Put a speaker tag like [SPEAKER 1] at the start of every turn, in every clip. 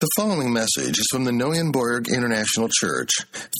[SPEAKER 1] The following message is from the Neuenborg International Church,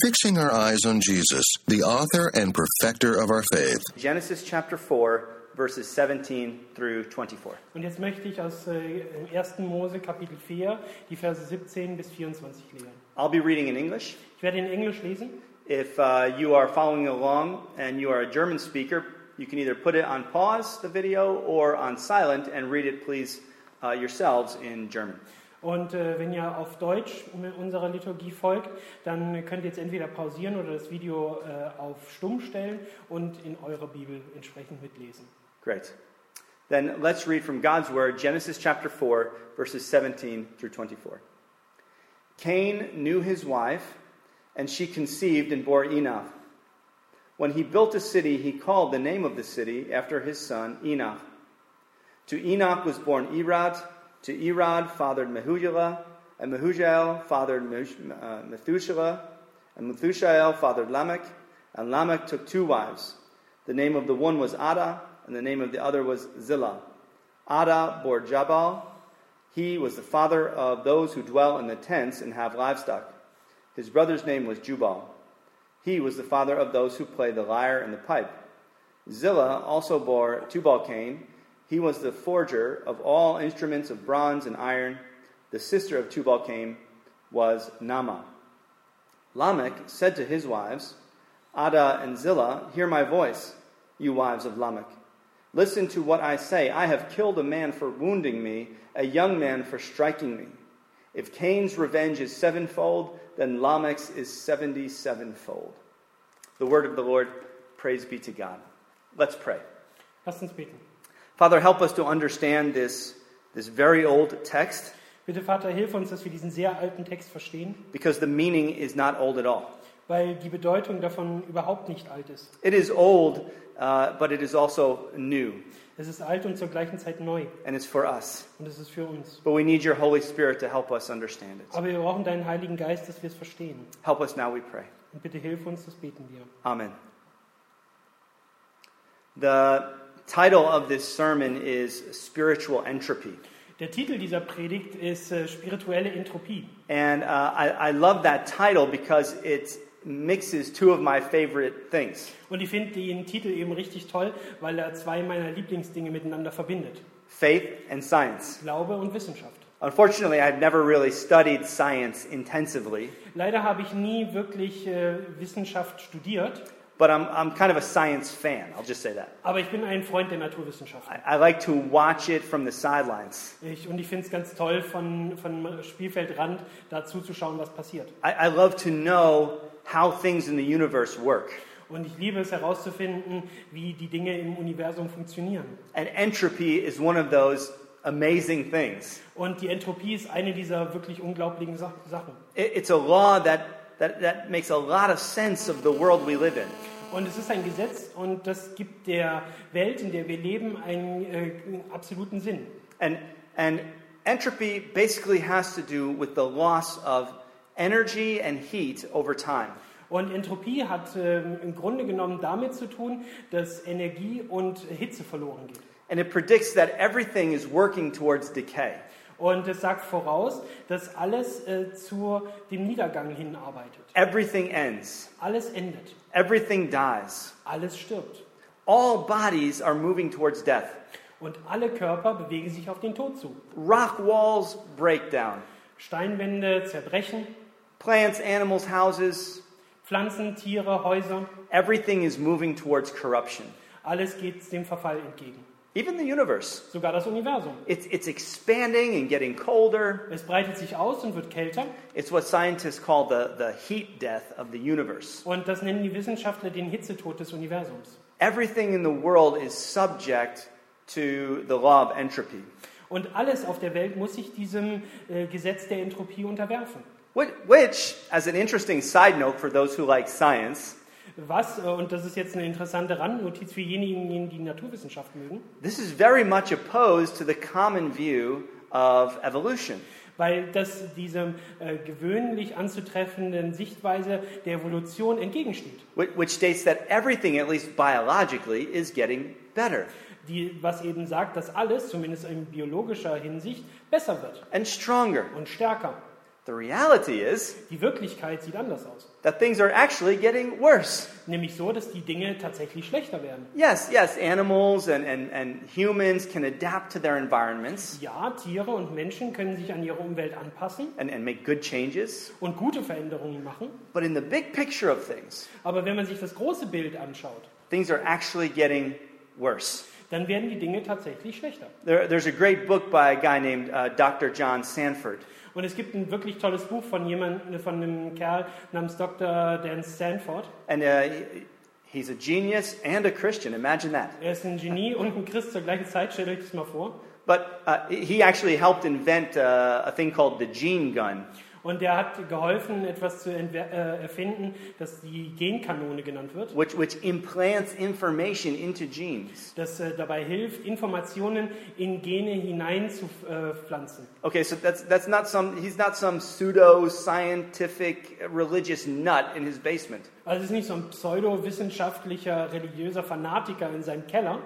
[SPEAKER 1] fixing our eyes on Jesus, the author and perfecter of our faith.
[SPEAKER 2] Genesis chapter 4, verses 17 through 24.
[SPEAKER 3] Und jetzt möchte ich aus äh, im 1. Mose Kapitel 4 die Verse 17 bis 24 lesen.
[SPEAKER 2] I'll be reading in English.
[SPEAKER 3] Ich werde in Englisch lesen.
[SPEAKER 2] If uh, you are following along and you are a German speaker, you can either put it on pause, the video, or on silent and read it, please, uh, yourselves in German.
[SPEAKER 3] Und äh, wenn ihr auf Deutsch mit unserer Liturgie folgt, dann könnt ihr jetzt entweder pausieren oder das Video äh, auf Stumm stellen und in eurer Bibel entsprechend mitlesen.
[SPEAKER 2] Great. Then let's read from God's Word, Genesis chapter 4, verses 17 through 24. Cain knew his wife, and she conceived and bore Enoch. When he built a city, he called the name of the city after his son Enoch. To Enoch was born Erod, to Erod fathered Mehujael, and Mehujael fathered Mehush- uh, Methuselah, and Methuselah fathered Lamech, and Lamech took two wives. The name of the one was Ada, and the name of the other was Zillah. Ada bore Jabal. He was the father of those who dwell in the tents and have livestock. His brother's name was Jubal. He was the father of those who play the lyre and the pipe. Zillah also bore Tubal Cain. He was the forger of all instruments of bronze and iron. The sister of Tubal Cain was Nama. Lamech said to his wives, Ada and Zillah, hear my voice, you wives of Lamech. Listen to what I say. I have killed a man for wounding me, a young man for striking me. If Cain's revenge is sevenfold, then Lamech's is seventy sevenfold. The word of the Lord, praise be to God. Let's pray.
[SPEAKER 3] Lasst uns beten.
[SPEAKER 2] Father, help us to understand this, this very old text
[SPEAKER 3] Bitte Vater, hilf uns, dass wir diesen sehr alten Text verstehen,
[SPEAKER 2] because the meaning is not old at all.
[SPEAKER 3] weil die Bedeutung davon überhaupt nicht alt ist.
[SPEAKER 2] It is old, uh, but it is also new,
[SPEAKER 3] Es ist alt und zur gleichen Zeit neu
[SPEAKER 2] and it's for us.
[SPEAKER 3] und es ist für uns.
[SPEAKER 2] But we need your Holy Spirit to help us understand it.
[SPEAKER 3] Aber wir brauchen deinen Heiligen Geist, dass wir es verstehen.
[SPEAKER 2] Help us now, we pray.
[SPEAKER 3] Und bitte hilf uns, das beten wir.
[SPEAKER 2] Amen. The title of this sermon is Spiritual Entropy.
[SPEAKER 3] Der Titel dieser Predigt ist äh, Spirituelle Entropie.
[SPEAKER 2] And uh, I, I love that title because it mixes two of my favorite things
[SPEAKER 3] Und ich finde den Titel eben richtig toll, weil er zwei meiner Lieblingsdinge miteinander verbindet.
[SPEAKER 2] faith and science.
[SPEAKER 3] Glaube und Wissenschaft.
[SPEAKER 2] Unfortunately, I've never really studied science intensively,
[SPEAKER 3] Leider habe ich nie wirklich äh, Wissenschaft studiert,
[SPEAKER 2] but I'm, I'm kind of a science fan. I'll just say that.
[SPEAKER 3] aber ich bin ein Freund der Naturwissenschaften.
[SPEAKER 2] I, I like to watch it from the sidelines.
[SPEAKER 3] Ich, und ich finde es ganz toll, von, von Spielfeldrand da zuzuschauen, was passiert.
[SPEAKER 2] I, I love to know how things in the universe work.
[SPEAKER 3] Und ich liebe es herauszufinden, wie die Dinge im Universum funktionieren.
[SPEAKER 2] And entropy is one of those amazing things.
[SPEAKER 3] Und die Entropie ist eine dieser wirklich unglaublichen Sa- Sachen.
[SPEAKER 2] It, it's a law that, that, that makes a lot of sense of the world we live in.
[SPEAKER 3] Und es ist ein Gesetz und das gibt der Welt, in der wir leben, einen äh, absoluten Sinn.
[SPEAKER 2] And, and entropy basically has to do with the loss of energy and heat over time.
[SPEAKER 3] Und Entropie hat ähm, im Grunde genommen damit zu tun, dass Energie und Hitze verloren geht.
[SPEAKER 2] And it predicts that everything is working towards decay.
[SPEAKER 3] Und es sagt voraus, dass alles äh, zu dem Niedergang hinarbeitet.
[SPEAKER 2] Everything ends,
[SPEAKER 3] Alles endet,
[SPEAKER 2] everything dies.
[SPEAKER 3] alles stirbt.
[SPEAKER 2] All bodies are moving towards death.
[SPEAKER 3] Und alle Körper bewegen sich auf den Tod zu.
[SPEAKER 2] Rock walls break down,
[SPEAKER 3] Steinwände zerbrechen,
[SPEAKER 2] plants, animals, houses,
[SPEAKER 3] Pflanzen, Tiere, Häuser,
[SPEAKER 2] everything is moving towards corruption.
[SPEAKER 3] alles geht dem Verfall entgegen.
[SPEAKER 2] Even the universe.
[SPEAKER 3] Sogar das Universum.
[SPEAKER 2] It's, it's expanding and getting colder.
[SPEAKER 3] Es breitet sich aus und wird kälter.
[SPEAKER 2] It's what scientists call the, the heat death of the universe.
[SPEAKER 3] Und das nennen die Wissenschaftler den Hitzetod des Universums.
[SPEAKER 2] Everything in the world is subject to the law of entropy.
[SPEAKER 3] Und alles auf der Welt muss sich diesem äh, Gesetz der Entropie unterwerfen.
[SPEAKER 2] Wh- Which, as an interesting side note for those who like science,
[SPEAKER 3] Was, äh, und das ist jetzt eine interessante Randnotiz für diejenigen, die Naturwissenschaft mögen,
[SPEAKER 2] this is very much opposed to the common view of evolution.
[SPEAKER 3] weil das diesem äh, gewöhnlich anzutreffenden Sichtweise der Evolution entgegensteht,
[SPEAKER 2] wh- Which states that everything, at least biologically, is getting better
[SPEAKER 3] die, was eben sagt, dass alles, zumindest in biologischer Hinsicht, besser wird
[SPEAKER 2] and stronger
[SPEAKER 3] und stärker
[SPEAKER 2] The reality is
[SPEAKER 3] Die Wirklichkeit sieht anders aus.
[SPEAKER 2] that things are actually getting worse.
[SPEAKER 3] Nämlich so, dass die Dinge tatsächlich schlechter werden.
[SPEAKER 2] Yes, yes, animals and, and, and humans can adapt to their environments
[SPEAKER 3] Ja, Tiere und Menschen können sich an ihre Umwelt anpassen
[SPEAKER 2] and, and make good changes.
[SPEAKER 3] und gute Veränderungen machen.
[SPEAKER 2] But in the big picture of things,
[SPEAKER 3] Aber wenn man sich das große Bild anschaut,
[SPEAKER 2] things are actually getting worse.
[SPEAKER 3] dann werden die Dinge tatsächlich schlechter.
[SPEAKER 2] There, there's a great book by a guy named uh, Dr. John Sanford.
[SPEAKER 3] Und es gibt ein wirklich tolles Buch von jemandem, von einem Kerl namens Dr. Dan Stanford.
[SPEAKER 2] And uh, he- he's a genius and a Christian. Imagine that.
[SPEAKER 3] Er ist ein Genie und ein Christ zur gleichen Zeit, stellt euch das mal vor.
[SPEAKER 2] But uh, he actually helped invent uh, a thing called the gene gun.
[SPEAKER 3] Und er hat geholfen, etwas zu entwer- äh, erfinden, das die Genkanone genannt wird,
[SPEAKER 2] which, which implants information into genes.
[SPEAKER 3] das äh, dabei hilft, Informationen in Gene hineinzupflanzen.
[SPEAKER 2] Okay, so that's, that's not some, he's not some pseudo scientific religious nut in his basement.
[SPEAKER 3] Also es ist nicht so ein pseudowissenschaftlicher, religiöser Fanatiker in seinem Keller.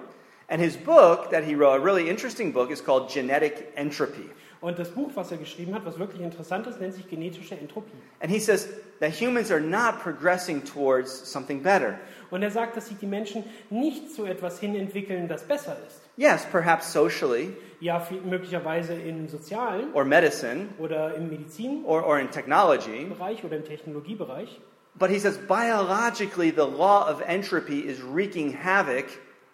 [SPEAKER 2] And his book that he wrote, a really interesting book, is called Genetic Entropy.
[SPEAKER 3] Und das Buch, was er geschrieben hat, was wirklich interessant ist, nennt sich genetische Entropie.
[SPEAKER 2] And he says that humans are not progressing towards something better.
[SPEAKER 3] Und er sagt, dass sich die Menschen nicht zu etwas hin entwickeln, das besser ist.
[SPEAKER 2] Yes, perhaps socially
[SPEAKER 3] Ja, viel- möglicherweise im sozialen
[SPEAKER 2] or medicine
[SPEAKER 3] oder im Medizinbereich
[SPEAKER 2] or, or in technology,
[SPEAKER 3] oder im Technologiebereich.
[SPEAKER 2] but he says biologically the law of entropy is wreaking havoc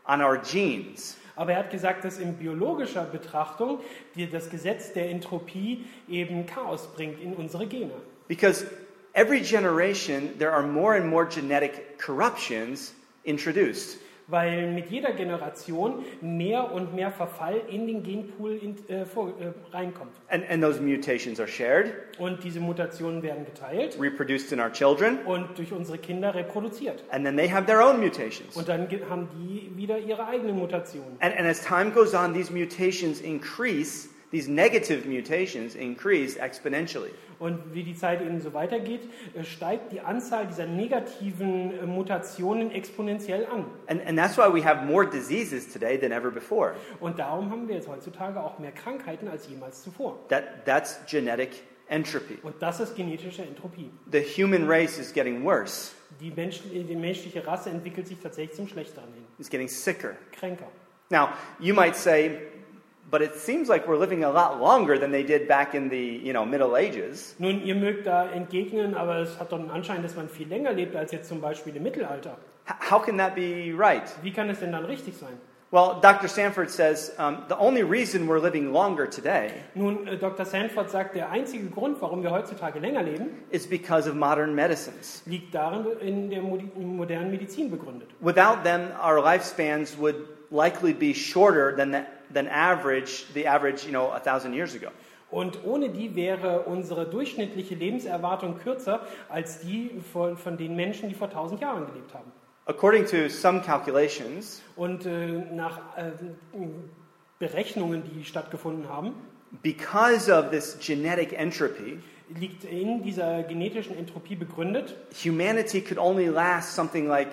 [SPEAKER 2] on our genes.
[SPEAKER 3] Aber er hat gesagt, dass in biologischer Betrachtung die, das Gesetz der Entropie eben Chaos bringt in unsere Gene.
[SPEAKER 2] Because every generation, there are more and more genetic corruptions introduced.
[SPEAKER 3] Weil mit jeder Generation mehr und mehr Verfall in den Genpool in, äh, vor, äh, reinkommt.
[SPEAKER 2] And, and those mutations are shared,
[SPEAKER 3] Und diese Mutationen werden geteilt
[SPEAKER 2] reproduced in our children,
[SPEAKER 3] und durch unsere Kinder reproduziert.
[SPEAKER 2] and then they have their own mutations.
[SPEAKER 3] Und dann ge- haben die wieder ihre eigenen Mutationen.
[SPEAKER 2] And, and as time goes on, these mutations increase, these negative mutations increase exponentially.
[SPEAKER 3] Und wie die Zeit eben so weitergeht, äh, steigt die Anzahl dieser negativen äh, Mutationen exponentiell an.
[SPEAKER 2] And, and that's why we have more diseases today than ever before.
[SPEAKER 3] Und darum haben wir jetzt heutzutage auch mehr Krankheiten als jemals zuvor.
[SPEAKER 2] That, that's genetic entropy.
[SPEAKER 3] Und das ist genetische Entropie.
[SPEAKER 2] The human race is getting worse,
[SPEAKER 3] Die, Menschen, die menschliche Rasse entwickelt sich tatsächlich zum Schlechteren hin.
[SPEAKER 2] it's getting sicker.
[SPEAKER 3] Kränker.
[SPEAKER 2] Now, you might say, but it seems like we're living a lot longer than they did back in the you know, Middle Ages.
[SPEAKER 3] Nun, ihr mögt da entgegnen, aber es hat doch einen Anschein, dass man viel länger lebt als jetzt zum Beispiel im Mittelalter.
[SPEAKER 2] H- how can that be right?
[SPEAKER 3] Wie kann es denn dann richtig sein?
[SPEAKER 2] Well, Dr. Sanford says um, the only reason we're living longer today
[SPEAKER 3] Nun, äh, Dr. Sanford sagt, der einzige Grund, warum wir heutzutage länger leben,
[SPEAKER 2] is because of modern medicines.
[SPEAKER 3] liegt darin, in der Modi- modernen Medizin begründet.
[SPEAKER 2] Without them, our lifespans would likely be shorter than, the, than average, the average, you know, a thousand years ago.
[SPEAKER 3] Und ohne die wäre unsere durchschnittliche Lebenserwartung kürzer als die von, von den Menschen, die vor 1000 Jahren gelebt haben.
[SPEAKER 2] According to some calculations,
[SPEAKER 3] Und äh, nach äh, Berechnungen, die stattgefunden haben,
[SPEAKER 2] because of this genetic entropy,
[SPEAKER 3] liegt in dieser genetischen Entropie begründet,
[SPEAKER 2] humanity could only last something like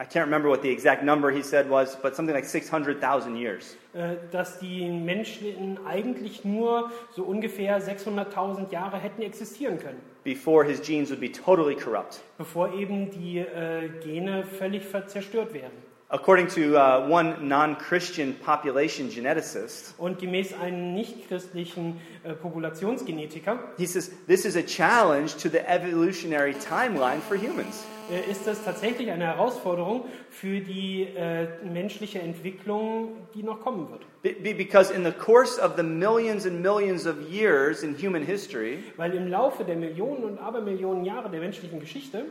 [SPEAKER 2] I can't remember what the exact number he said was, but something like 600,000 years.
[SPEAKER 3] äh, dass die Menschen eigentlich nur so ungefähr 600.000 Jahre hätten existieren können,
[SPEAKER 2] before his genes would be totally corrupt.
[SPEAKER 3] bevor eben die äh, Gene völlig ver- zerstört werden.
[SPEAKER 2] According to uh, one non Christian population geneticist,
[SPEAKER 3] Und gemäß einem nichtchristlichen äh, Populationsgenetiker
[SPEAKER 2] he says this is a challenge to the evolutionary timeline for humans.
[SPEAKER 3] äh, ist das tatsächlich eine Herausforderung für die äh, menschliche Entwicklung, die noch kommen wird.
[SPEAKER 2] Be- be- because in the course of the millions and millions of years in human history,
[SPEAKER 3] Weil im Laufe der Millionen und Abermillionen Jahre der menschlichen Geschichte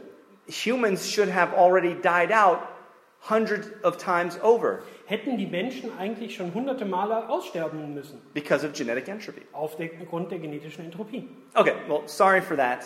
[SPEAKER 2] humans should have already died out hundreds of times over
[SPEAKER 3] hätten die Menschen eigentlich schon hunderte Male aussterben müssen,
[SPEAKER 2] because of genetic entropy.
[SPEAKER 3] aufgrund der genetischen Entropie.
[SPEAKER 2] Okay, well, sorry for that.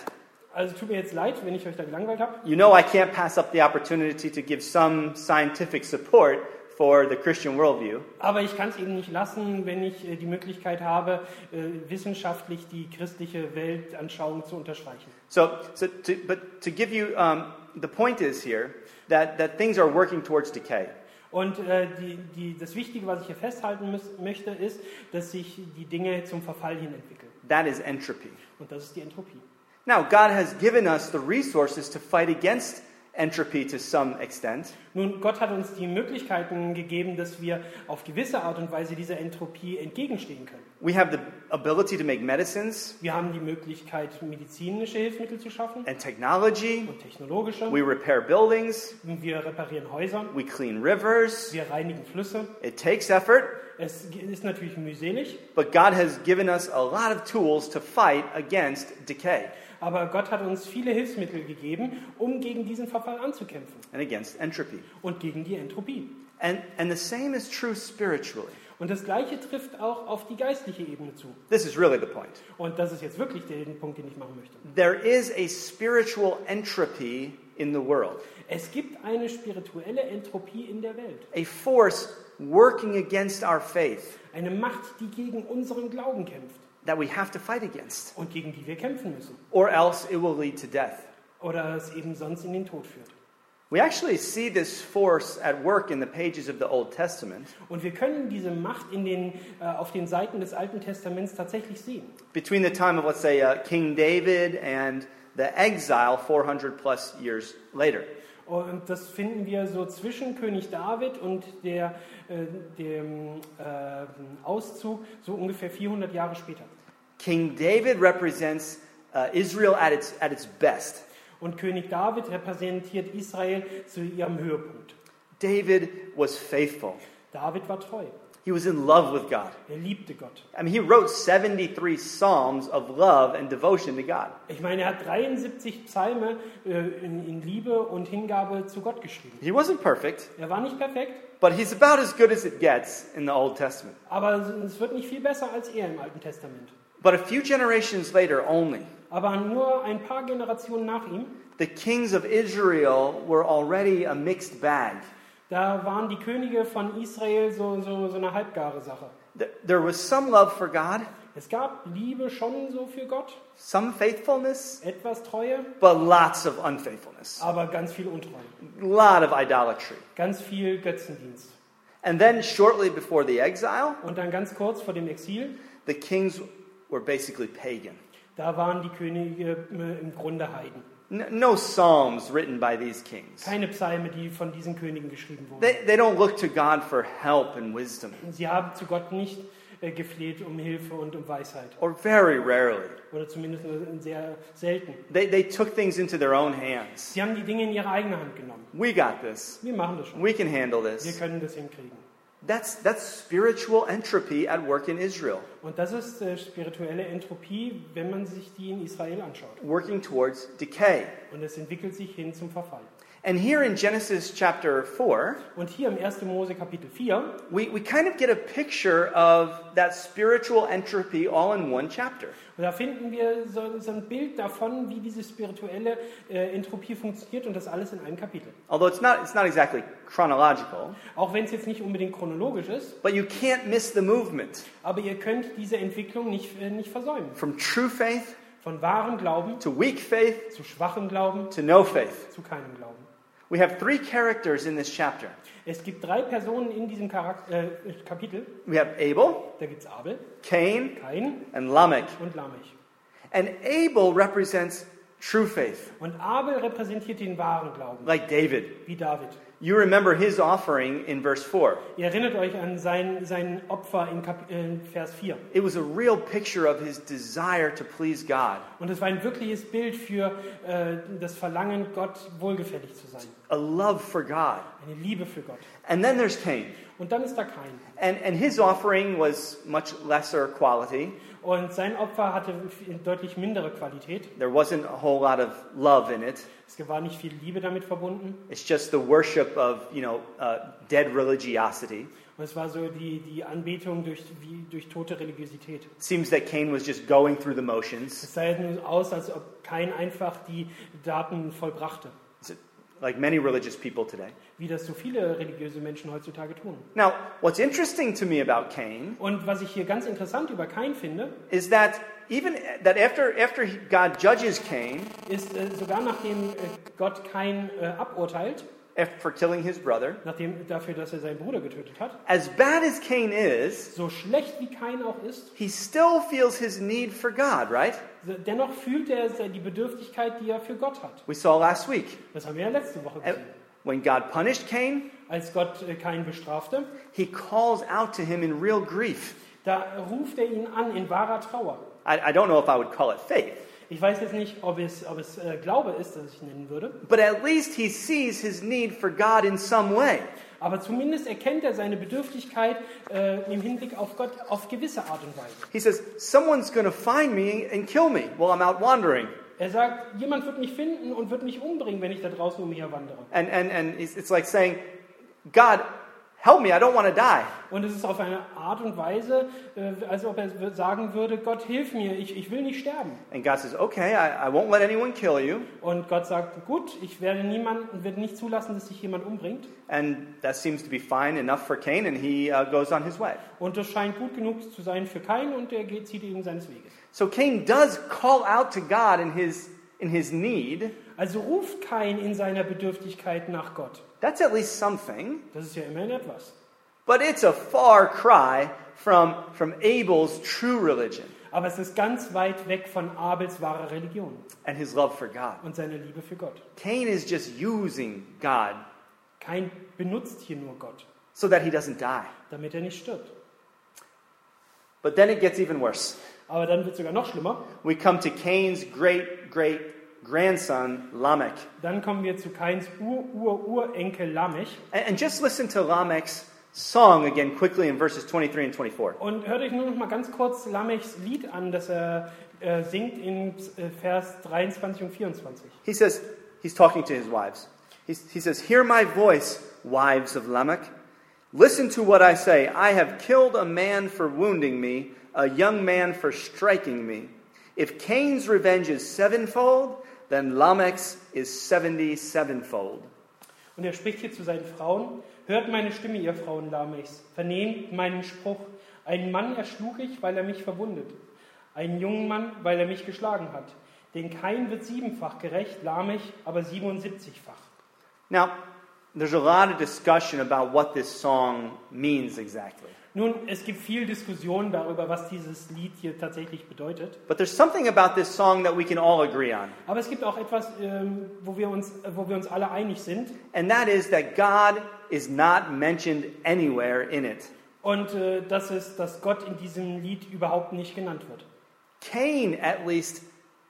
[SPEAKER 3] Also tut mir jetzt leid, wenn ich euch da gelangweilt habe.
[SPEAKER 2] You know, I can't pass up the opportunity to give some scientific support for the Christian worldview.
[SPEAKER 3] Aber ich kann es eben nicht lassen, wenn ich äh, die Möglichkeit habe, äh, wissenschaftlich die christliche Weltanschauung zu unterstreichen.
[SPEAKER 2] So, so to, but to give you um, the point is here that, that things are working towards decay.
[SPEAKER 3] Und äh, die, die, das Wichtige, was ich hier festhalten müß, möchte, ist, dass sich die Dinge zum Verfall hin entwickeln.
[SPEAKER 2] That is entropy.
[SPEAKER 3] Und das ist die Entropie.
[SPEAKER 2] Now, God has given us the resources to fight against entropy to some extent,
[SPEAKER 3] Nun, Gott hat uns die Möglichkeiten gegeben, dass wir auf gewisse Art und Weise dieser Entropie entgegenstehen können.
[SPEAKER 2] we have the ability to make medicines
[SPEAKER 3] Wir haben die Möglichkeit, medizinische Hilfsmittel zu schaffen
[SPEAKER 2] and technology.
[SPEAKER 3] und technologische.
[SPEAKER 2] We repair buildings.
[SPEAKER 3] Wir reparieren Häuser,
[SPEAKER 2] We clean rivers.
[SPEAKER 3] wir reinigen Flüsse.
[SPEAKER 2] It takes effort,
[SPEAKER 3] Es ist natürlich mühselig,
[SPEAKER 2] but God has given us a lot of tools to fight against decay
[SPEAKER 3] aber Gott hat uns viele Hilfsmittel gegeben, um gegen diesen Verfall anzukämpfen
[SPEAKER 2] and against entropy.
[SPEAKER 3] und gegen die Entropie.
[SPEAKER 2] And, and the same is true spiritually.
[SPEAKER 3] Und das Gleiche trifft auch auf die geistliche Ebene zu.
[SPEAKER 2] This is really the point.
[SPEAKER 3] Und das ist jetzt wirklich der Punkt, den ich machen möchte.
[SPEAKER 2] There is a spiritual entropy in the world,
[SPEAKER 3] Es gibt eine spirituelle Entropie in der Welt.
[SPEAKER 2] a force working against our faith
[SPEAKER 3] Eine Macht, die gegen unseren Glauben kämpft
[SPEAKER 2] that we have to fight against,
[SPEAKER 3] und gegen die wir kämpfen müssen.
[SPEAKER 2] or else it will lead to death.
[SPEAKER 3] Oder es eben sonst in den Tod führt.
[SPEAKER 2] We actually see this force at work in the pages of the Old Testament
[SPEAKER 3] Und wir können diese Macht in den, äh, auf den Seiten des Alten Testaments tatsächlich sehen.
[SPEAKER 2] between the time of, let's say, uh, King David and the exile 400 plus years later.
[SPEAKER 3] Und das finden wir so zwischen König David und der, äh, dem äh, Auszug so ungefähr 400 Jahre später.
[SPEAKER 2] King David represents uh, Israel at its, at its best.
[SPEAKER 3] Und König David repräsentiert Israel zu ihrem Höhepunkt.
[SPEAKER 2] David was faithful,
[SPEAKER 3] David war treu.
[SPEAKER 2] he was in love with God.
[SPEAKER 3] Er liebte Gott.
[SPEAKER 2] I mean, he wrote 73 Psalms of love and devotion to God.
[SPEAKER 3] Ich meine, er hat 73 Psalme äh, in, in Liebe und Hingabe zu Gott geschrieben.
[SPEAKER 2] He wasn't perfect,
[SPEAKER 3] Er war nicht perfekt,
[SPEAKER 2] but he's about as good as it gets in the Old Testament.
[SPEAKER 3] aber es wird nicht viel besser als er im Alten Testament.
[SPEAKER 2] But a few generations later, only,
[SPEAKER 3] Aber nur ein paar Generationen nach ihm,
[SPEAKER 2] the kings of Israel were already a mixed bag.
[SPEAKER 3] da waren die Könige von Israel so, so, so eine halbgare Sache.
[SPEAKER 2] Th- There was some love for God,
[SPEAKER 3] Es gab Liebe schon so für Gott,
[SPEAKER 2] some faithfulness,
[SPEAKER 3] etwas Treue,
[SPEAKER 2] but lots of unfaithfulness,
[SPEAKER 3] aber ganz viel Untreue,
[SPEAKER 2] a lot of idolatry.
[SPEAKER 3] ganz viel Götzendienst.
[SPEAKER 2] And then, shortly before the exile,
[SPEAKER 3] Und dann ganz kurz vor dem Exil,
[SPEAKER 2] the kings were basically pagan.
[SPEAKER 3] da waren die Könige äh, im Grunde Heiden.
[SPEAKER 2] N- No psalms written by these kings.
[SPEAKER 3] Keine Psalme, die von diesen Königen geschrieben wurden.
[SPEAKER 2] They, they don't look to God for help and wisdom,
[SPEAKER 3] Sie haben zu Gott nicht äh, gefleht um Hilfe und um Weisheit.
[SPEAKER 2] or very rarely.
[SPEAKER 3] Oder zumindest nur sehr selten.
[SPEAKER 2] They, they took things into their own hands.
[SPEAKER 3] Sie haben die Dinge in ihre eigene Hand genommen.
[SPEAKER 2] We got this.
[SPEAKER 3] Wir machen das schon.
[SPEAKER 2] We can handle
[SPEAKER 3] Wir
[SPEAKER 2] this.
[SPEAKER 3] können das hinkriegen.
[SPEAKER 2] That's, that's spiritual entropy at work in Israel,
[SPEAKER 3] Und das ist äh, spirituelle Entropie, wenn man sich die in Israel anschaut.
[SPEAKER 2] working towards decay.
[SPEAKER 3] Und es entwickelt sich hin zum Verfall.
[SPEAKER 2] And here in Genesis chapter 4,
[SPEAKER 3] Und hier im 1. Mose Kapitel 4
[SPEAKER 2] we, we kind of get a picture of that spiritual entropy all in one chapter.
[SPEAKER 3] Und Da finden wir so, so ein Bild davon, wie diese spirituelle äh, Entropie funktioniert und das alles in einem Kapitel.
[SPEAKER 2] Although it's not, it's not exactly chronological,
[SPEAKER 3] Auch wenn es jetzt nicht unbedingt chronologisch ist,
[SPEAKER 2] but you can't miss the movement
[SPEAKER 3] aber ihr könnt diese Entwicklung nicht, äh, nicht versäumen.
[SPEAKER 2] from true faith
[SPEAKER 3] Von wahrem Glauben
[SPEAKER 2] to weak faith
[SPEAKER 3] zu schwachem Glauben
[SPEAKER 2] to no faith.
[SPEAKER 3] zu keinem Glauben.
[SPEAKER 2] We have three characters in this chapter.
[SPEAKER 3] Es gibt drei Personen in diesem Charak äh, Kapitel.
[SPEAKER 2] We have Abel,
[SPEAKER 3] Da gibt es Abel,
[SPEAKER 2] Cain,
[SPEAKER 3] Kain
[SPEAKER 2] and Lamech.
[SPEAKER 3] und Lamech.
[SPEAKER 2] And Abel represents true faith,
[SPEAKER 3] Und Abel repräsentiert den wahren Glauben,
[SPEAKER 2] like David.
[SPEAKER 3] wie David.
[SPEAKER 2] You remember his offering in verse 4.
[SPEAKER 3] Ihr erinnert euch an sein, sein Opfer in Kap äh, Vers 4.
[SPEAKER 2] It was a real picture of his desire to please God,
[SPEAKER 3] Und es war ein wirkliches Bild für äh, das Verlangen, Gott wohlgefällig zu sein.
[SPEAKER 2] a love for God.
[SPEAKER 3] Eine Liebe für Gott.
[SPEAKER 2] And then there's Cain.
[SPEAKER 3] Und dann ist da Kain.
[SPEAKER 2] And, and his offering was much lesser quality.
[SPEAKER 3] Und sein Opfer hatte viel- deutlich mindere Qualität.
[SPEAKER 2] There wasn't a whole lot of love in it.
[SPEAKER 3] Es war nicht viel Liebe damit verbunden.
[SPEAKER 2] It's just the worship of, you know, uh, dead religiosity.
[SPEAKER 3] Und es war so die, die Anbetung durch, wie, durch tote Religiosität.
[SPEAKER 2] It seems that Cain was just going through the motions.
[SPEAKER 3] Es sah nur aus, als ob Kain einfach die Daten vollbrachte.
[SPEAKER 2] It's like many religious people today.
[SPEAKER 3] Wie das so viele religiöse Menschen heutzutage tun.
[SPEAKER 2] Now, what's interesting to me about Cain
[SPEAKER 3] Und was ich hier ganz interessant über Kain finde,
[SPEAKER 2] is that even that after, after he- God judges Cain,
[SPEAKER 3] ist äh, sogar nachdem äh, Gott Kain äh, aburteilt,
[SPEAKER 2] af- for killing his brother.
[SPEAKER 3] nachdem, dafür, dass er seinen Bruder getötet hat.
[SPEAKER 2] As bad as Cain is,
[SPEAKER 3] So schlecht wie Kain auch ist,
[SPEAKER 2] he still feels his need for God, right?
[SPEAKER 3] dennoch fühlt er se- die Bedürftigkeit, die er für Gott hat.
[SPEAKER 2] We saw last week.
[SPEAKER 3] Das haben wir ja letzte Woche
[SPEAKER 2] And
[SPEAKER 3] gesehen.
[SPEAKER 2] When God punished Cain,
[SPEAKER 3] Als Gott äh, Kain bestrafte,
[SPEAKER 2] he calls out to him in real grief.
[SPEAKER 3] da ruft er ihn an in wahrer Trauer.
[SPEAKER 2] I, I don't know if I would call it faith,
[SPEAKER 3] Ich weiß jetzt nicht, ob es, ob es äh, Glaube ist, das ich nennen würde,
[SPEAKER 2] but at least he sees his need for God in some way.
[SPEAKER 3] aber zumindest erkennt er seine Bedürftigkeit äh, im Hinblick auf Gott auf gewisse Art und Weise.
[SPEAKER 2] He says, Someone's going to find me and kill me while I'm out wandering.
[SPEAKER 3] Er sagt, jemand wird mich finden und wird mich umbringen, wenn ich da draußen um umherwandere.
[SPEAKER 2] And, and, and it's it's like saying, God, help me, I don't want to die.
[SPEAKER 3] Und es ist auf eine Art und Weise, äh, als ob er sagen würde, Gott hilf mir, ich, ich will nicht sterben.
[SPEAKER 2] And God says, Okay, I, I won't let anyone kill you.
[SPEAKER 3] Und Gott sagt, gut, ich werde niemanden, werde nicht zulassen, dass sich jemand umbringt.
[SPEAKER 2] And that seems to be fine enough for Cain, and he uh, goes on his way.
[SPEAKER 3] Und das scheint gut genug zu sein für Kain und er geht, zieht eben seines Weges.
[SPEAKER 2] So Cain does call out to God in his, in his need.
[SPEAKER 3] Also ruft Kain in seiner Bedürftigkeit nach Gott.
[SPEAKER 2] That's at least something.
[SPEAKER 3] Das ist ja immerhin etwas.
[SPEAKER 2] But it's a far cry from, from Abel's true religion
[SPEAKER 3] Aber es ist ganz weit weg von Abels wahrer Religion
[SPEAKER 2] and his love for God.
[SPEAKER 3] und seiner Liebe für Gott.
[SPEAKER 2] Cain is just using God
[SPEAKER 3] Kain benutzt hier nur Gott,
[SPEAKER 2] so that he doesn't die.
[SPEAKER 3] damit er nicht stirbt.
[SPEAKER 2] But then it gets even worse.
[SPEAKER 3] Aber dann wird es sogar noch schlimmer.
[SPEAKER 2] We come to Cain's great great grandson, Lamech.
[SPEAKER 3] Dann kommen wir zu Kains Ur-Ur-Urenkel Lamech.
[SPEAKER 2] And, and just listen to Lamech's song again quickly in verses 23 and 24.
[SPEAKER 3] Und hört euch nur noch mal ganz kurz Lamechs Lied an, das er äh, singt in äh, Vers 23 und 24.
[SPEAKER 2] He says, he's talking to his wives. He's, he says, Hear my voice, wives of Lamech. Listen to what I say. I have killed a man for wounding me, a young man for striking me. If Cain's revenge is sevenfold, then Lamech's is seventy sevenfold.
[SPEAKER 3] Und er spricht hier zu seinen Frauen: Hört meine Stimme, ihr Frauen Lamechs, vernehmt meinen Spruch. Einen Mann erschlug ich, weil er mich verwundet. Einen jungen Mann, weil er mich geschlagen hat. Denn kein wird siebenfach gerecht, Lamech aber 77-fach.
[SPEAKER 2] Now, there's a lot of discussion about what this song means exactly.
[SPEAKER 3] Nun, es gibt viel Diskussion darüber, was dieses Lied hier tatsächlich bedeutet.
[SPEAKER 2] But there's something about this song that we can all agree on,
[SPEAKER 3] Aber es gibt auch etwas, ähm, wo, wir uns, wo wir uns alle einig sind.
[SPEAKER 2] and that is that God is not mentioned anywhere in it.
[SPEAKER 3] Und äh, das ist, dass Gott in diesem Lied überhaupt nicht genannt wird.
[SPEAKER 2] Cain at least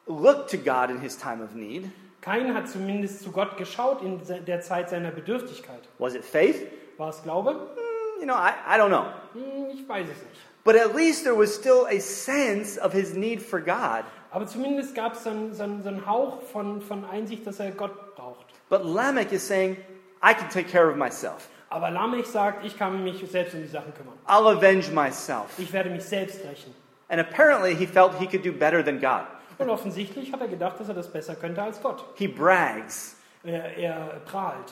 [SPEAKER 2] looked to God in his time of need.
[SPEAKER 3] Kain hat zumindest zu Gott geschaut in se- der Zeit seiner Bedürftigkeit.
[SPEAKER 2] Was it faith?
[SPEAKER 3] War es Glaube?
[SPEAKER 2] Mm, You know, I, I don't know.
[SPEAKER 3] Hm, ich weiß es nicht.
[SPEAKER 2] But at least there was still a sense of his need for God.
[SPEAKER 3] Aber zumindest gab es so, einen- so, einen- so einen Hauch von, von Einsicht, dass er Gott braucht.
[SPEAKER 2] But Lamech is saying, I can take care of myself.
[SPEAKER 3] Aber Lamech sagt, ich kann mich selbst um die Sachen kümmern.
[SPEAKER 2] I'll avenge myself.
[SPEAKER 3] Ich werde mich selbst rächen.
[SPEAKER 2] And apparently he felt he could do better than God.
[SPEAKER 3] Und offensichtlich hat er gedacht, dass er das besser könnte als Gott.
[SPEAKER 2] He brags.
[SPEAKER 3] Er, er prahlt.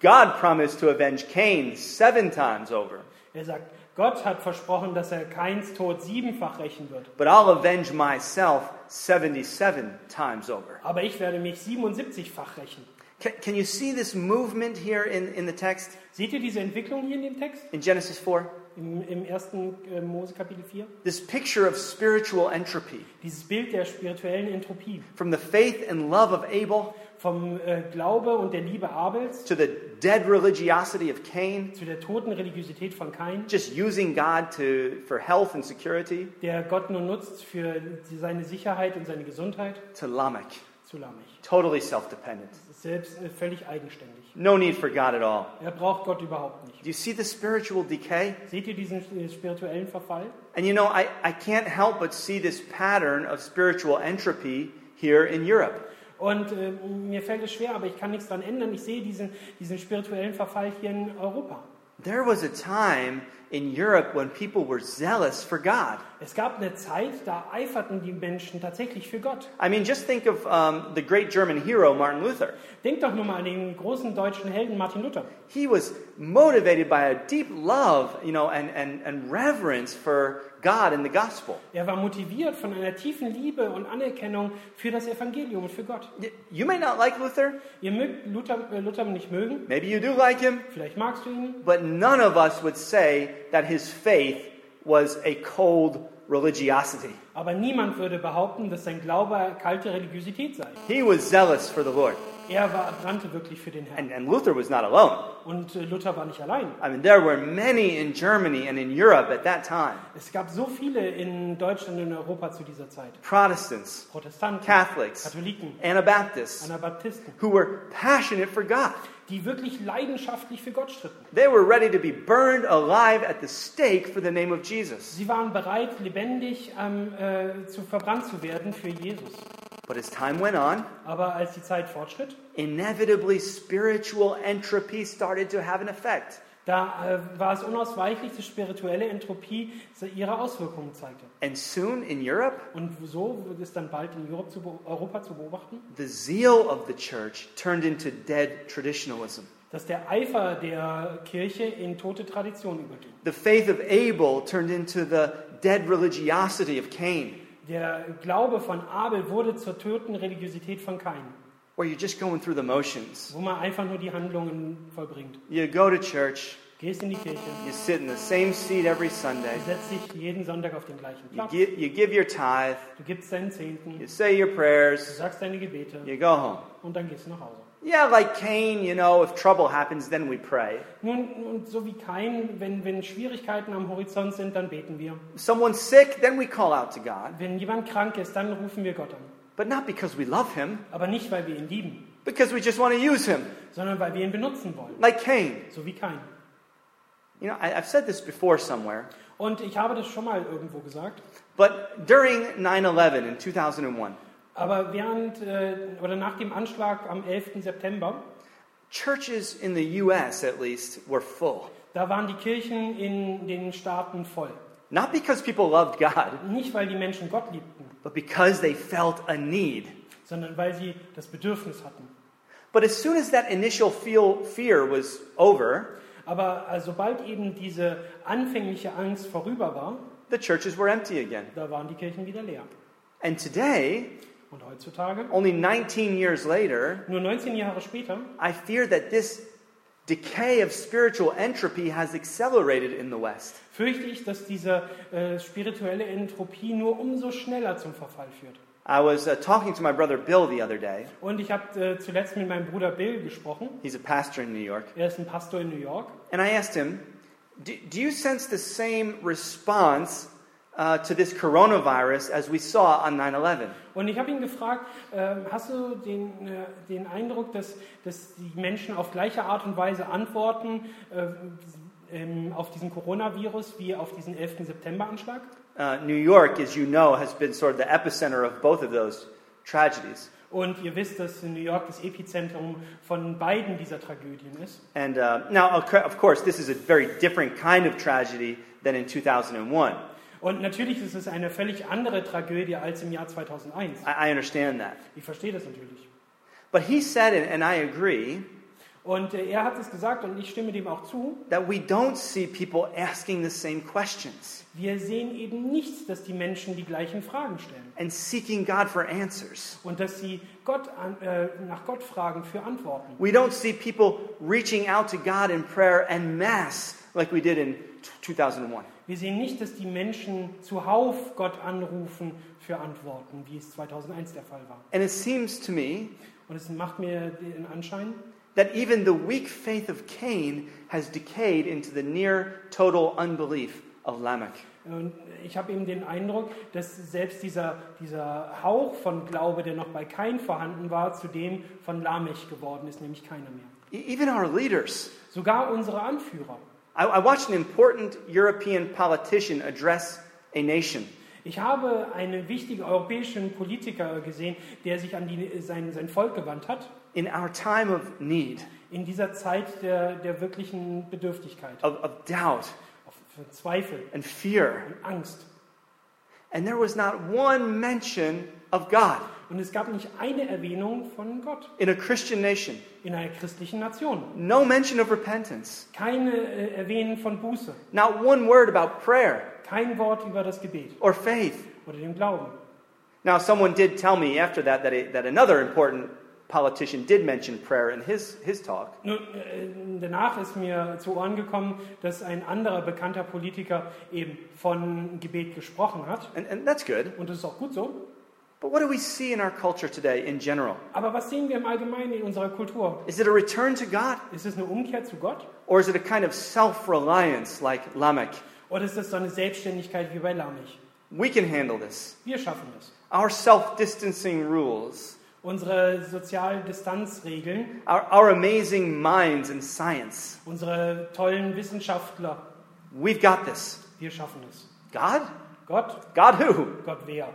[SPEAKER 2] God promised to avenge Cain seven times over,
[SPEAKER 3] Er sagt, Gott hat versprochen, dass er Kains Tod siebenfach rächen wird.
[SPEAKER 2] but I'll avenge myself 77 times over.
[SPEAKER 3] Aber ich werde mich 77-fach rächen.
[SPEAKER 2] Can, can you see this movement here in, in the text
[SPEAKER 3] Seht ihr diese Entwicklung hier in dem Text?
[SPEAKER 2] in Genesis 4?
[SPEAKER 3] Im, im ersten äh, Mose Kapitel 4?
[SPEAKER 2] This picture of spiritual entropy
[SPEAKER 3] Dieses Bild der spirituellen Entropie.
[SPEAKER 2] from the faith and love of Abel
[SPEAKER 3] Vom äh, Glaube und der Liebe Abels
[SPEAKER 2] to the dead religiosity of Cain,
[SPEAKER 3] zu der toten Religiosität von Kain,
[SPEAKER 2] just using God to, for health and security,
[SPEAKER 3] der Gott nur nutzt für die- seine Sicherheit und seine Gesundheit,
[SPEAKER 2] to Lamech,
[SPEAKER 3] zu lammig.
[SPEAKER 2] totally self dependent.
[SPEAKER 3] Selbst äh, völlig eigenständig.
[SPEAKER 2] No need for God at all.
[SPEAKER 3] Er braucht Gott überhaupt nicht.
[SPEAKER 2] Do you see the spiritual decay?
[SPEAKER 3] Seht ihr diesen äh, spirituellen Verfall?
[SPEAKER 2] And you know, I, I can't help but see this pattern of spiritual entropy here in Europe.
[SPEAKER 3] Und äh, mir fällt es schwer, aber ich kann nichts dran ändern. Ich sehe diesen, diesen spirituellen Verfall hier in Europa.
[SPEAKER 2] There was a time in Europe when people were zealous for God.
[SPEAKER 3] Es gab eine Zeit, da eiferten die Menschen tatsächlich für Gott.
[SPEAKER 2] I mean, just think of um, the great German hero, Martin Luther.
[SPEAKER 3] Denkt doch nur mal an den großen deutschen Helden Martin Luther.
[SPEAKER 2] He was motivated by a deep love, you know, and, and, and reverence for God and the gospel.
[SPEAKER 3] Er war motiviert von einer tiefen Liebe und Anerkennung für das Evangelium und für Gott.
[SPEAKER 2] Y- You may not like Luther,
[SPEAKER 3] Ihr mögt Luther, äh, Luther nicht mögen,
[SPEAKER 2] maybe you do like him,
[SPEAKER 3] vielleicht magst du ihn,
[SPEAKER 2] but none of us would say that his faith was a cold religiosity.
[SPEAKER 3] aber niemand würde behaupten, dass sein Glaube kalte Religiosität sei.
[SPEAKER 2] He was zealous for the Lord.
[SPEAKER 3] Er war, brannte wirklich für den Herrn.
[SPEAKER 2] And, and Luther was not alone.
[SPEAKER 3] Und äh, Luther war nicht allein.
[SPEAKER 2] I mean, there were many in Germany and in Europe at that time
[SPEAKER 3] Es gab so viele in Deutschland und in Europa zu dieser Zeit.
[SPEAKER 2] Protestants,
[SPEAKER 3] Protestanten,
[SPEAKER 2] Catholics.
[SPEAKER 3] Katholiken,
[SPEAKER 2] Anabaptists,
[SPEAKER 3] Anabaptisten,
[SPEAKER 2] who were passionate for God.
[SPEAKER 3] die wirklich leidenschaftlich für Gott stritten.
[SPEAKER 2] They were ready to be burned alive at the stake for the name of Jesus.
[SPEAKER 3] Sie waren bereit, lebendig ähm, äh, zu verbrannt zu werden für Jesus.
[SPEAKER 2] But as time went on,
[SPEAKER 3] Aber als die Zeit fortschritt,
[SPEAKER 2] inevitably spiritual entropy started to have an effect.
[SPEAKER 3] da äh, war es unausweichlich, dass spirituelle Entropie se- ihre Auswirkungen zeigte.
[SPEAKER 2] And soon in Europe,
[SPEAKER 3] Und so wird es dann bald in Europa zu, beo- Europa zu beobachten,
[SPEAKER 2] the zeal of the church turned into dead traditionalism.
[SPEAKER 3] dass der Eifer der Kirche in tote Tradition überging.
[SPEAKER 2] The faith of Abel turned into the dead religiosity of Cain,
[SPEAKER 3] Der Glaube von Abel wurde zur töten Religiosität von Kain,
[SPEAKER 2] where you're just going through the motions.
[SPEAKER 3] wo man einfach nur die Handlungen vollbringt.
[SPEAKER 2] You go to church,
[SPEAKER 3] Gehst in die Kirche,
[SPEAKER 2] you sit in the same seat every Sunday,
[SPEAKER 3] setzt dich jeden Sonntag auf den gleichen
[SPEAKER 2] you
[SPEAKER 3] Platz,
[SPEAKER 2] give, you give your tithe,
[SPEAKER 3] du gibst deinen Zehnten,
[SPEAKER 2] you say your
[SPEAKER 3] Du
[SPEAKER 2] prayers,
[SPEAKER 3] sagst deine Gebete
[SPEAKER 2] you go home.
[SPEAKER 3] und dann gehst du nach Hause.
[SPEAKER 2] Yeah, like Cain, you know, if trouble happens, then we pray.
[SPEAKER 3] Nun, und so wie kein, wenn, wenn Schwierigkeiten am Horizont sind, dann beten wir.
[SPEAKER 2] If someone's sick, then we call out to God.
[SPEAKER 3] Wenn jemand krank ist, dann rufen wir Gott an.
[SPEAKER 2] But not because we love him,
[SPEAKER 3] Aber nicht, weil wir ihn lieben,
[SPEAKER 2] because we just want to use him,
[SPEAKER 3] sondern weil wir ihn benutzen wollen.
[SPEAKER 2] like Cain.
[SPEAKER 3] So wie kein.
[SPEAKER 2] You know, I, I've said this before somewhere,
[SPEAKER 3] Und ich habe das schon mal irgendwo gesagt.
[SPEAKER 2] but during 9 11 in 2001,
[SPEAKER 3] Aber während äh, oder nach dem Anschlag am 11. September,
[SPEAKER 2] churches in the U.S. at least were full.
[SPEAKER 3] da waren die Kirchen in den Staaten voll.
[SPEAKER 2] Not because people loved God,
[SPEAKER 3] Nicht, weil die Menschen Gott liebten,
[SPEAKER 2] but because they felt a need.
[SPEAKER 3] sondern weil sie das Bedürfnis hatten.
[SPEAKER 2] But as soon as that initial feel, fear was over,
[SPEAKER 3] Aber äh, sobald eben diese anfängliche Angst vorüber war,
[SPEAKER 2] the churches were empty again.
[SPEAKER 3] da waren die Kirchen wieder leer.
[SPEAKER 2] And today,
[SPEAKER 3] Und heutzutage,
[SPEAKER 2] only 19 years later,
[SPEAKER 3] nur 19 Jahre später,
[SPEAKER 2] I fear that this decay of spiritual entropy has accelerated in the West.
[SPEAKER 3] fürchte ich, dass diese äh, spirituelle Entropie nur umso schneller zum Verfall führt.
[SPEAKER 2] I was uh, talking to my brother Bill the other day.
[SPEAKER 3] Und ich habe äh, zuletzt mit meinem Bruder Bill gesprochen.
[SPEAKER 2] He's a pastor in New York.
[SPEAKER 3] Er ist ein Pastor in New York.
[SPEAKER 2] And I asked him, Do, do you sense the same response uh, to this coronavirus as we saw on 9 11?
[SPEAKER 3] Und ich habe ihn gefragt, äh, hast du den, äh, den Eindruck, dass, dass die Menschen auf gleiche Art und Weise antworten äh, ähm, auf diesen Coronavirus wie auf diesen 11. September-Anschlag?
[SPEAKER 2] Uh, New York, as you know, has been sort of the epicenter of both of those tragedies.
[SPEAKER 3] Und ihr wisst, dass in New York das Epizentrum von beiden dieser Tragödien ist.
[SPEAKER 2] And uh, now, of cou- of course, this is a very different kind of tragedy than in 2001.
[SPEAKER 3] Und natürlich ist es eine völlig andere Tragödie als im Jahr 2001.
[SPEAKER 2] I, I understand that.
[SPEAKER 3] Ich verstehe das natürlich.
[SPEAKER 2] But he said, and, and I agree,
[SPEAKER 3] Und äh, er hat es gesagt und ich stimme dem auch zu.
[SPEAKER 2] that we don't see people asking the same questions
[SPEAKER 3] Wir sehen eben nicht, dass die Menschen die gleichen Fragen stellen
[SPEAKER 2] and seeking God for answers.
[SPEAKER 3] und dass sie Gott an, äh, nach Gott fragen für Antworten.
[SPEAKER 2] We don't see people reaching out to God in prayer en masse like we did in t- 2001.
[SPEAKER 3] Wir sehen nicht, dass die Menschen zuhauf Gott anrufen für Antworten, wie es 2001 der Fall war.
[SPEAKER 2] And it seems to me
[SPEAKER 3] Und es macht mir den Anschein,
[SPEAKER 2] that even the weak faith of Cain has decayed into the near total unbelief of Lamech.
[SPEAKER 3] Und ich habe eben den Eindruck, dass selbst dieser, dieser Hauch von Glaube, der noch bei Kain vorhanden war, zu dem von Lamech geworden ist, nämlich keiner mehr.
[SPEAKER 2] E- even our leaders.
[SPEAKER 3] Sogar unsere Anführer.
[SPEAKER 2] I, I watched an important European politician address a nation.
[SPEAKER 3] Ich habe einen wichtigen europäischen Politiker gesehen, der sich an die, sein, sein Volk gewandt hat,
[SPEAKER 2] In our time of need,
[SPEAKER 3] in dieser Zeit der, der wirklichen Bedürftigkeit,
[SPEAKER 2] of, of doubt,
[SPEAKER 3] auf von Zweifel
[SPEAKER 2] and fear.
[SPEAKER 3] und Angst.
[SPEAKER 2] And there was not one mention of God
[SPEAKER 3] Und es gab nicht eine Erwähnung von Gott
[SPEAKER 2] in a Christian nation,
[SPEAKER 3] in einer christlichen Nation.
[SPEAKER 2] no mention of repentance,
[SPEAKER 3] Keine äh, Erwähnung von Buße,
[SPEAKER 2] not one word about prayer
[SPEAKER 3] kein Wort über das Gebet
[SPEAKER 2] or faith.
[SPEAKER 3] oder den Glauben.
[SPEAKER 2] Now, someone did tell me after that that, a, that another important politician did mention prayer in his, his talk.
[SPEAKER 3] Nun, äh, danach ist mir zu Ohren gekommen, dass ein anderer bekannter Politiker eben von Gebet gesprochen hat.
[SPEAKER 2] And, and that's good.
[SPEAKER 3] Und das ist auch gut so.
[SPEAKER 2] But what do we see in our culture today in general?
[SPEAKER 3] Aber was sehen wir im Allgemeinen in unserer Kultur?
[SPEAKER 2] Is it a return to God?
[SPEAKER 3] Ist es eine Umkehr zu Gott?
[SPEAKER 2] Or is it a kind of self reliance like Lamech?
[SPEAKER 3] Oder ist es so eine Selbstständigkeit wie bei Lamech?
[SPEAKER 2] We can handle this.
[SPEAKER 3] Wir schaffen das.
[SPEAKER 2] Our self distancing rules,
[SPEAKER 3] Unsere Sozialdistanzregeln,
[SPEAKER 2] our, our amazing minds in science.
[SPEAKER 3] unsere tollen Wissenschaftler,
[SPEAKER 2] We've got this.
[SPEAKER 3] wir schaffen es.
[SPEAKER 2] God?
[SPEAKER 3] Gott,
[SPEAKER 2] God who?
[SPEAKER 3] Gott wer?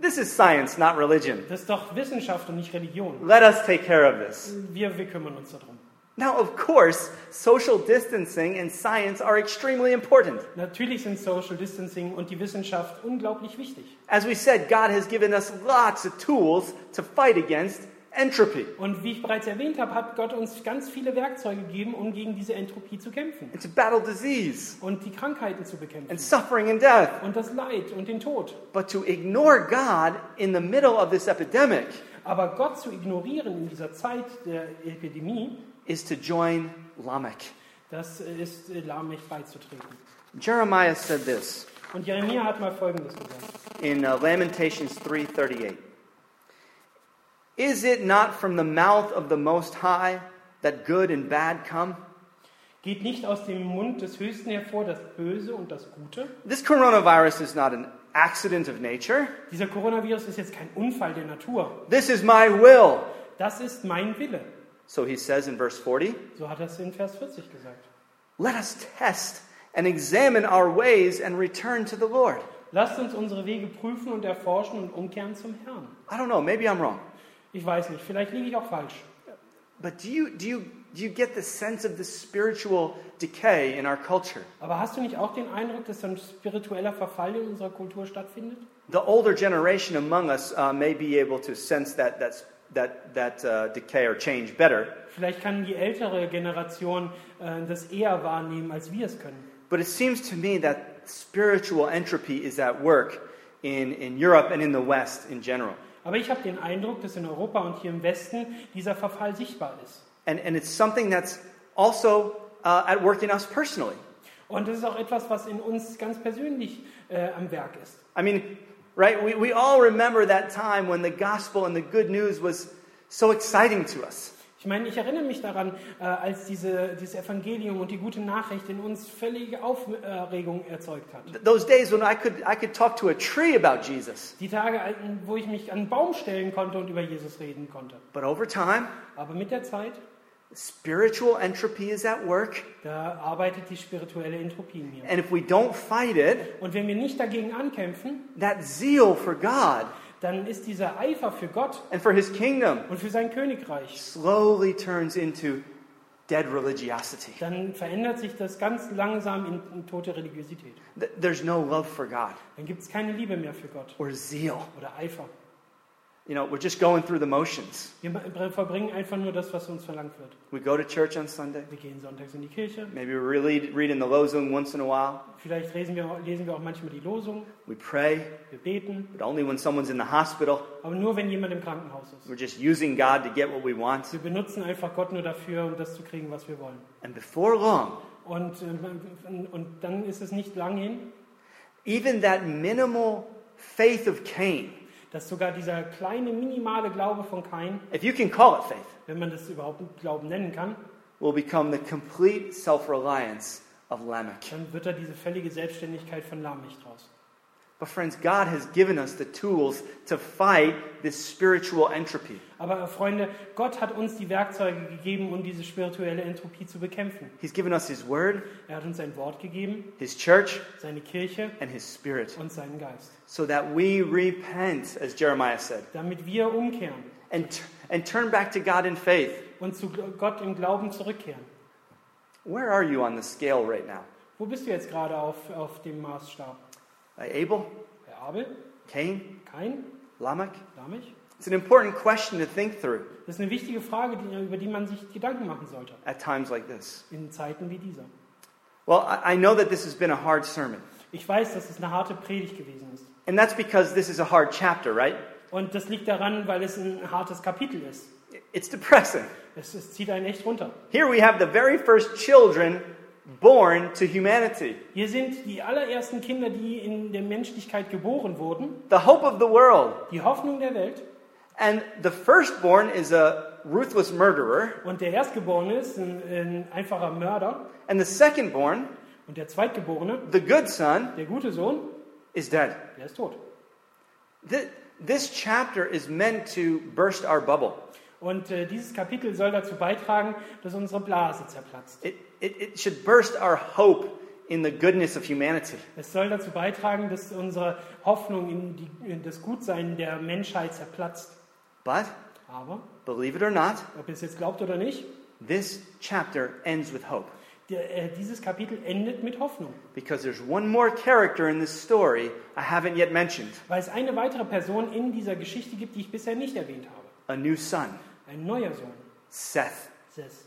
[SPEAKER 2] This is science, not religion.
[SPEAKER 3] Das ist doch Wissenschaft und nicht Religion.
[SPEAKER 2] Let us take care of this.
[SPEAKER 3] Wir, wir kümmern uns darum.
[SPEAKER 2] Now, of course, social distancing and science are extremely important.
[SPEAKER 3] Natürlich sind Social Distancing und die Wissenschaft unglaublich wichtig.
[SPEAKER 2] As we said, God has given us lots of tools to fight against entropy
[SPEAKER 3] Und wie ich bereits erwähnt habe, hat Gott uns ganz viele Werkzeuge gegeben, um gegen diese Entropie zu kämpfen
[SPEAKER 2] and to battle disease
[SPEAKER 3] und die Krankheiten zu bekämpfen
[SPEAKER 2] and suffering and death.
[SPEAKER 3] und das Leid und den Tod.
[SPEAKER 2] But to ignore God in the middle of this epidemic
[SPEAKER 3] Aber Gott zu ignorieren in dieser Zeit der Epidemie,
[SPEAKER 2] is to join Lamech.
[SPEAKER 3] das ist äh, Lamech beizutreten.
[SPEAKER 2] Jeremiah said this
[SPEAKER 3] Und Jeremia hat mal Folgendes gesagt.
[SPEAKER 2] in uh, Lamentations 3:38. Is it not from the mouth of the most high that good and bad come?
[SPEAKER 3] Geht nicht aus dem Mund des Höchsten hervor das Böse und das Gute.
[SPEAKER 2] This coronavirus is not an accident of nature.
[SPEAKER 3] Dieser Coronavirus ist jetzt kein Unfall der Natur.
[SPEAKER 2] This is my will.
[SPEAKER 3] Das ist mein Wille.
[SPEAKER 2] So he says in verse 40,
[SPEAKER 3] So hat er es in Vers 40 gesagt.
[SPEAKER 2] let us test and examine our ways and return to the Lord.
[SPEAKER 3] Lasst uns unsere Wege prüfen und erforschen und umkehren zum Herrn.
[SPEAKER 2] I don't know, maybe I'm wrong.
[SPEAKER 3] Ich weiß nicht, vielleicht liege ich auch falsch.
[SPEAKER 2] But do you, do you, do you get the sense of the spiritual decay in our culture?
[SPEAKER 3] Aber hast du nicht auch den Eindruck, dass ein spiritueller Verfall in unserer Kultur stattfindet?
[SPEAKER 2] The older generation among us uh, may be able to sense that, that's, that, that uh, decay or change better,
[SPEAKER 3] Vielleicht kann die ältere Generation äh, das eher wahrnehmen, als wir es können.
[SPEAKER 2] but it seems to me that spiritual entropy is at work in, in Europe and in the West in general.
[SPEAKER 3] Aber ich habe den Eindruck, dass in Europa und hier im Westen dieser Verfall sichtbar ist.
[SPEAKER 2] And, and it's something that's also uh, at work in us personally.
[SPEAKER 3] Und das ist auch etwas, was in uns ganz persönlich äh, am Werk ist.
[SPEAKER 2] I mean, right? We, we all remember that time when the gospel and the good news was so exciting to us.
[SPEAKER 3] Ich meine, ich erinnere mich daran, äh, als diese, dieses Evangelium und die gute Nachricht in uns völlige Aufregung erzeugt hat.
[SPEAKER 2] Th- Those days when I could, I could talk to a tree about Jesus.
[SPEAKER 3] Die Tage, äh, wo ich mich an einen Baum stellen konnte und über Jesus reden konnte.
[SPEAKER 2] But over time,
[SPEAKER 3] Aber mit der Zeit,
[SPEAKER 2] spiritual entropy is at work.
[SPEAKER 3] da arbeitet die spirituelle Entropie in mir.
[SPEAKER 2] And if we don't fight it,
[SPEAKER 3] Und wenn wir nicht dagegen ankämpfen,
[SPEAKER 2] that zeal for God
[SPEAKER 3] dann ist dieser Eifer für Gott
[SPEAKER 2] and for his kingdom
[SPEAKER 3] und für sein Königreich,
[SPEAKER 2] slowly turns into dead religiosity.
[SPEAKER 3] dann verändert sich das ganz langsam in, in tote Religiosität.
[SPEAKER 2] Th- There's no love for God
[SPEAKER 3] Dann gibt es keine Liebe mehr für Gott
[SPEAKER 2] or zeal.
[SPEAKER 3] oder Eifer.
[SPEAKER 2] You know, we're just going through the motions.
[SPEAKER 3] Wir ma- verbringen einfach nur das, was uns verlangt wird.
[SPEAKER 2] We go to church on Sunday.
[SPEAKER 3] Wir gehen sonntags in die Kirche,
[SPEAKER 2] Maybe we read, read in the Lozung once in a while.
[SPEAKER 3] vielleicht lesen wir, lesen wir auch manchmal die Losung,
[SPEAKER 2] We pray,
[SPEAKER 3] wir beten,
[SPEAKER 2] but only when someone's in the hospital.
[SPEAKER 3] aber nur wenn jemand im Krankenhaus ist.
[SPEAKER 2] We're just using God to get what we want.
[SPEAKER 3] Wir benutzen einfach Gott nur dafür, um das zu kriegen, was wir wollen.
[SPEAKER 2] And before long,
[SPEAKER 3] Und, ähm, und dann ist es nicht lang hin,
[SPEAKER 2] even that minimal faith of Cain,
[SPEAKER 3] dass sogar dieser kleine, minimale Glaube von Kain,
[SPEAKER 2] if you can call it faith,
[SPEAKER 3] wenn man das überhaupt Glauben nennen kann,
[SPEAKER 2] will become the complete self reliance of Lamech.
[SPEAKER 3] dann wird da diese völlige Selbstständigkeit von Lamech draus.
[SPEAKER 2] But, friends, God has given us the tools to fight this spiritual entropy.
[SPEAKER 3] Aber äh, Freunde, Gott hat uns die Werkzeuge gegeben, um diese spirituelle Entropie zu bekämpfen.
[SPEAKER 2] He's given us His Word,
[SPEAKER 3] Er hat uns sein Wort gegeben,
[SPEAKER 2] His church,
[SPEAKER 3] seine Kirche
[SPEAKER 2] and His Spirit,
[SPEAKER 3] und seinen Geist,
[SPEAKER 2] so that we repent, as Jeremiah said,
[SPEAKER 3] damit wir umkehren
[SPEAKER 2] and, t- and turn back to God in faith.
[SPEAKER 3] und zu Gott im Glauben zurückkehren.
[SPEAKER 2] Where are you on the scale right now?
[SPEAKER 3] Wo bist du jetzt gerade auf, auf dem Maßstab?
[SPEAKER 2] By Uh, Abel,
[SPEAKER 3] Bei Abel?
[SPEAKER 2] Cain,
[SPEAKER 3] Kein?
[SPEAKER 2] Lamech?
[SPEAKER 3] Lamech?
[SPEAKER 2] It's an important question to think through
[SPEAKER 3] Das ist eine wichtige Frage, die, über die man sich Gedanken machen sollte.
[SPEAKER 2] at times like this.
[SPEAKER 3] In Zeiten wie dieser.
[SPEAKER 2] Well, I I know that this has been a hard sermon,
[SPEAKER 3] Ich weiß, dass es eine harte Predigt gewesen ist.
[SPEAKER 2] and that's because this is a hard chapter, right?
[SPEAKER 3] Und das liegt daran, weil es ein hartes Kapitel ist.
[SPEAKER 2] It's depressing.
[SPEAKER 3] Es, es zieht einen echt runter.
[SPEAKER 2] Here we have the very first children born to humanity,
[SPEAKER 3] Hier sind die allerersten Kinder, die in der Menschlichkeit geboren wurden.
[SPEAKER 2] the hope of the world.
[SPEAKER 3] Die Hoffnung der Welt.
[SPEAKER 2] And the firstborn is a ruthless murderer,
[SPEAKER 3] Und der Erstgeborene ist ein, ein einfacher Mörder.
[SPEAKER 2] and the secondborn,
[SPEAKER 3] Und der Zweitgeborene,
[SPEAKER 2] the good son,
[SPEAKER 3] der gute Sohn,
[SPEAKER 2] is dead.
[SPEAKER 3] der ist tot.
[SPEAKER 2] Th- This chapter is meant to burst our bubble.
[SPEAKER 3] Und äh, dieses Kapitel soll dazu beitragen, dass unsere Blase zerplatzt.
[SPEAKER 2] It, it, it should burst our hope in the goodness of humanity.
[SPEAKER 3] Es soll dazu beitragen, dass unsere Hoffnung in, die, in das Gutsein der Menschheit zerplatzt.
[SPEAKER 2] But,
[SPEAKER 3] Aber,
[SPEAKER 2] believe it or not,
[SPEAKER 3] ob ihr es jetzt glaubt oder nicht,
[SPEAKER 2] this chapter ends with hope
[SPEAKER 3] der, äh, dieses Kapitel endet mit Hoffnung.
[SPEAKER 2] because there's one more character in this story I haven't yet mentioned
[SPEAKER 3] Weil es eine weitere Person in dieser Geschichte gibt, die ich bisher nicht erwähnt habe.
[SPEAKER 2] a new son,
[SPEAKER 3] Ein neuer Sohn,
[SPEAKER 2] Seth.
[SPEAKER 3] Seth.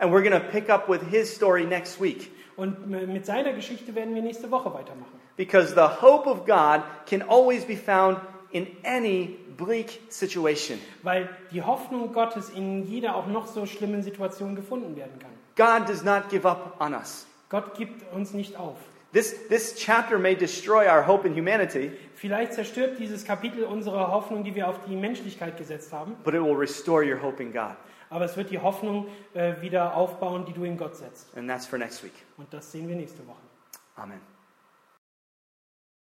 [SPEAKER 2] And we're going to pick up with his story next week
[SPEAKER 3] Und m- mit seiner Geschichte werden wir nächste Woche weitermachen.
[SPEAKER 2] because the hope of God can always be found in any bleak situation.
[SPEAKER 3] Weil die Hoffnung Gottes in jeder auch noch so schlimmen Situation gefunden werden kann.
[SPEAKER 2] God does not give up on us.
[SPEAKER 3] Gott gibt uns nicht auf.
[SPEAKER 2] This, this chapter may destroy our hope in humanity,
[SPEAKER 3] Vielleicht zerstört dieses Kapitel unsere Hoffnung, die wir auf die Menschlichkeit gesetzt haben,
[SPEAKER 2] but it will restore your hope in God.
[SPEAKER 3] aber es wird die Hoffnung äh, wieder aufbauen, die du in Gott setzt.
[SPEAKER 2] And that's for next week.
[SPEAKER 3] Und das sehen wir nächste Woche.
[SPEAKER 2] Amen.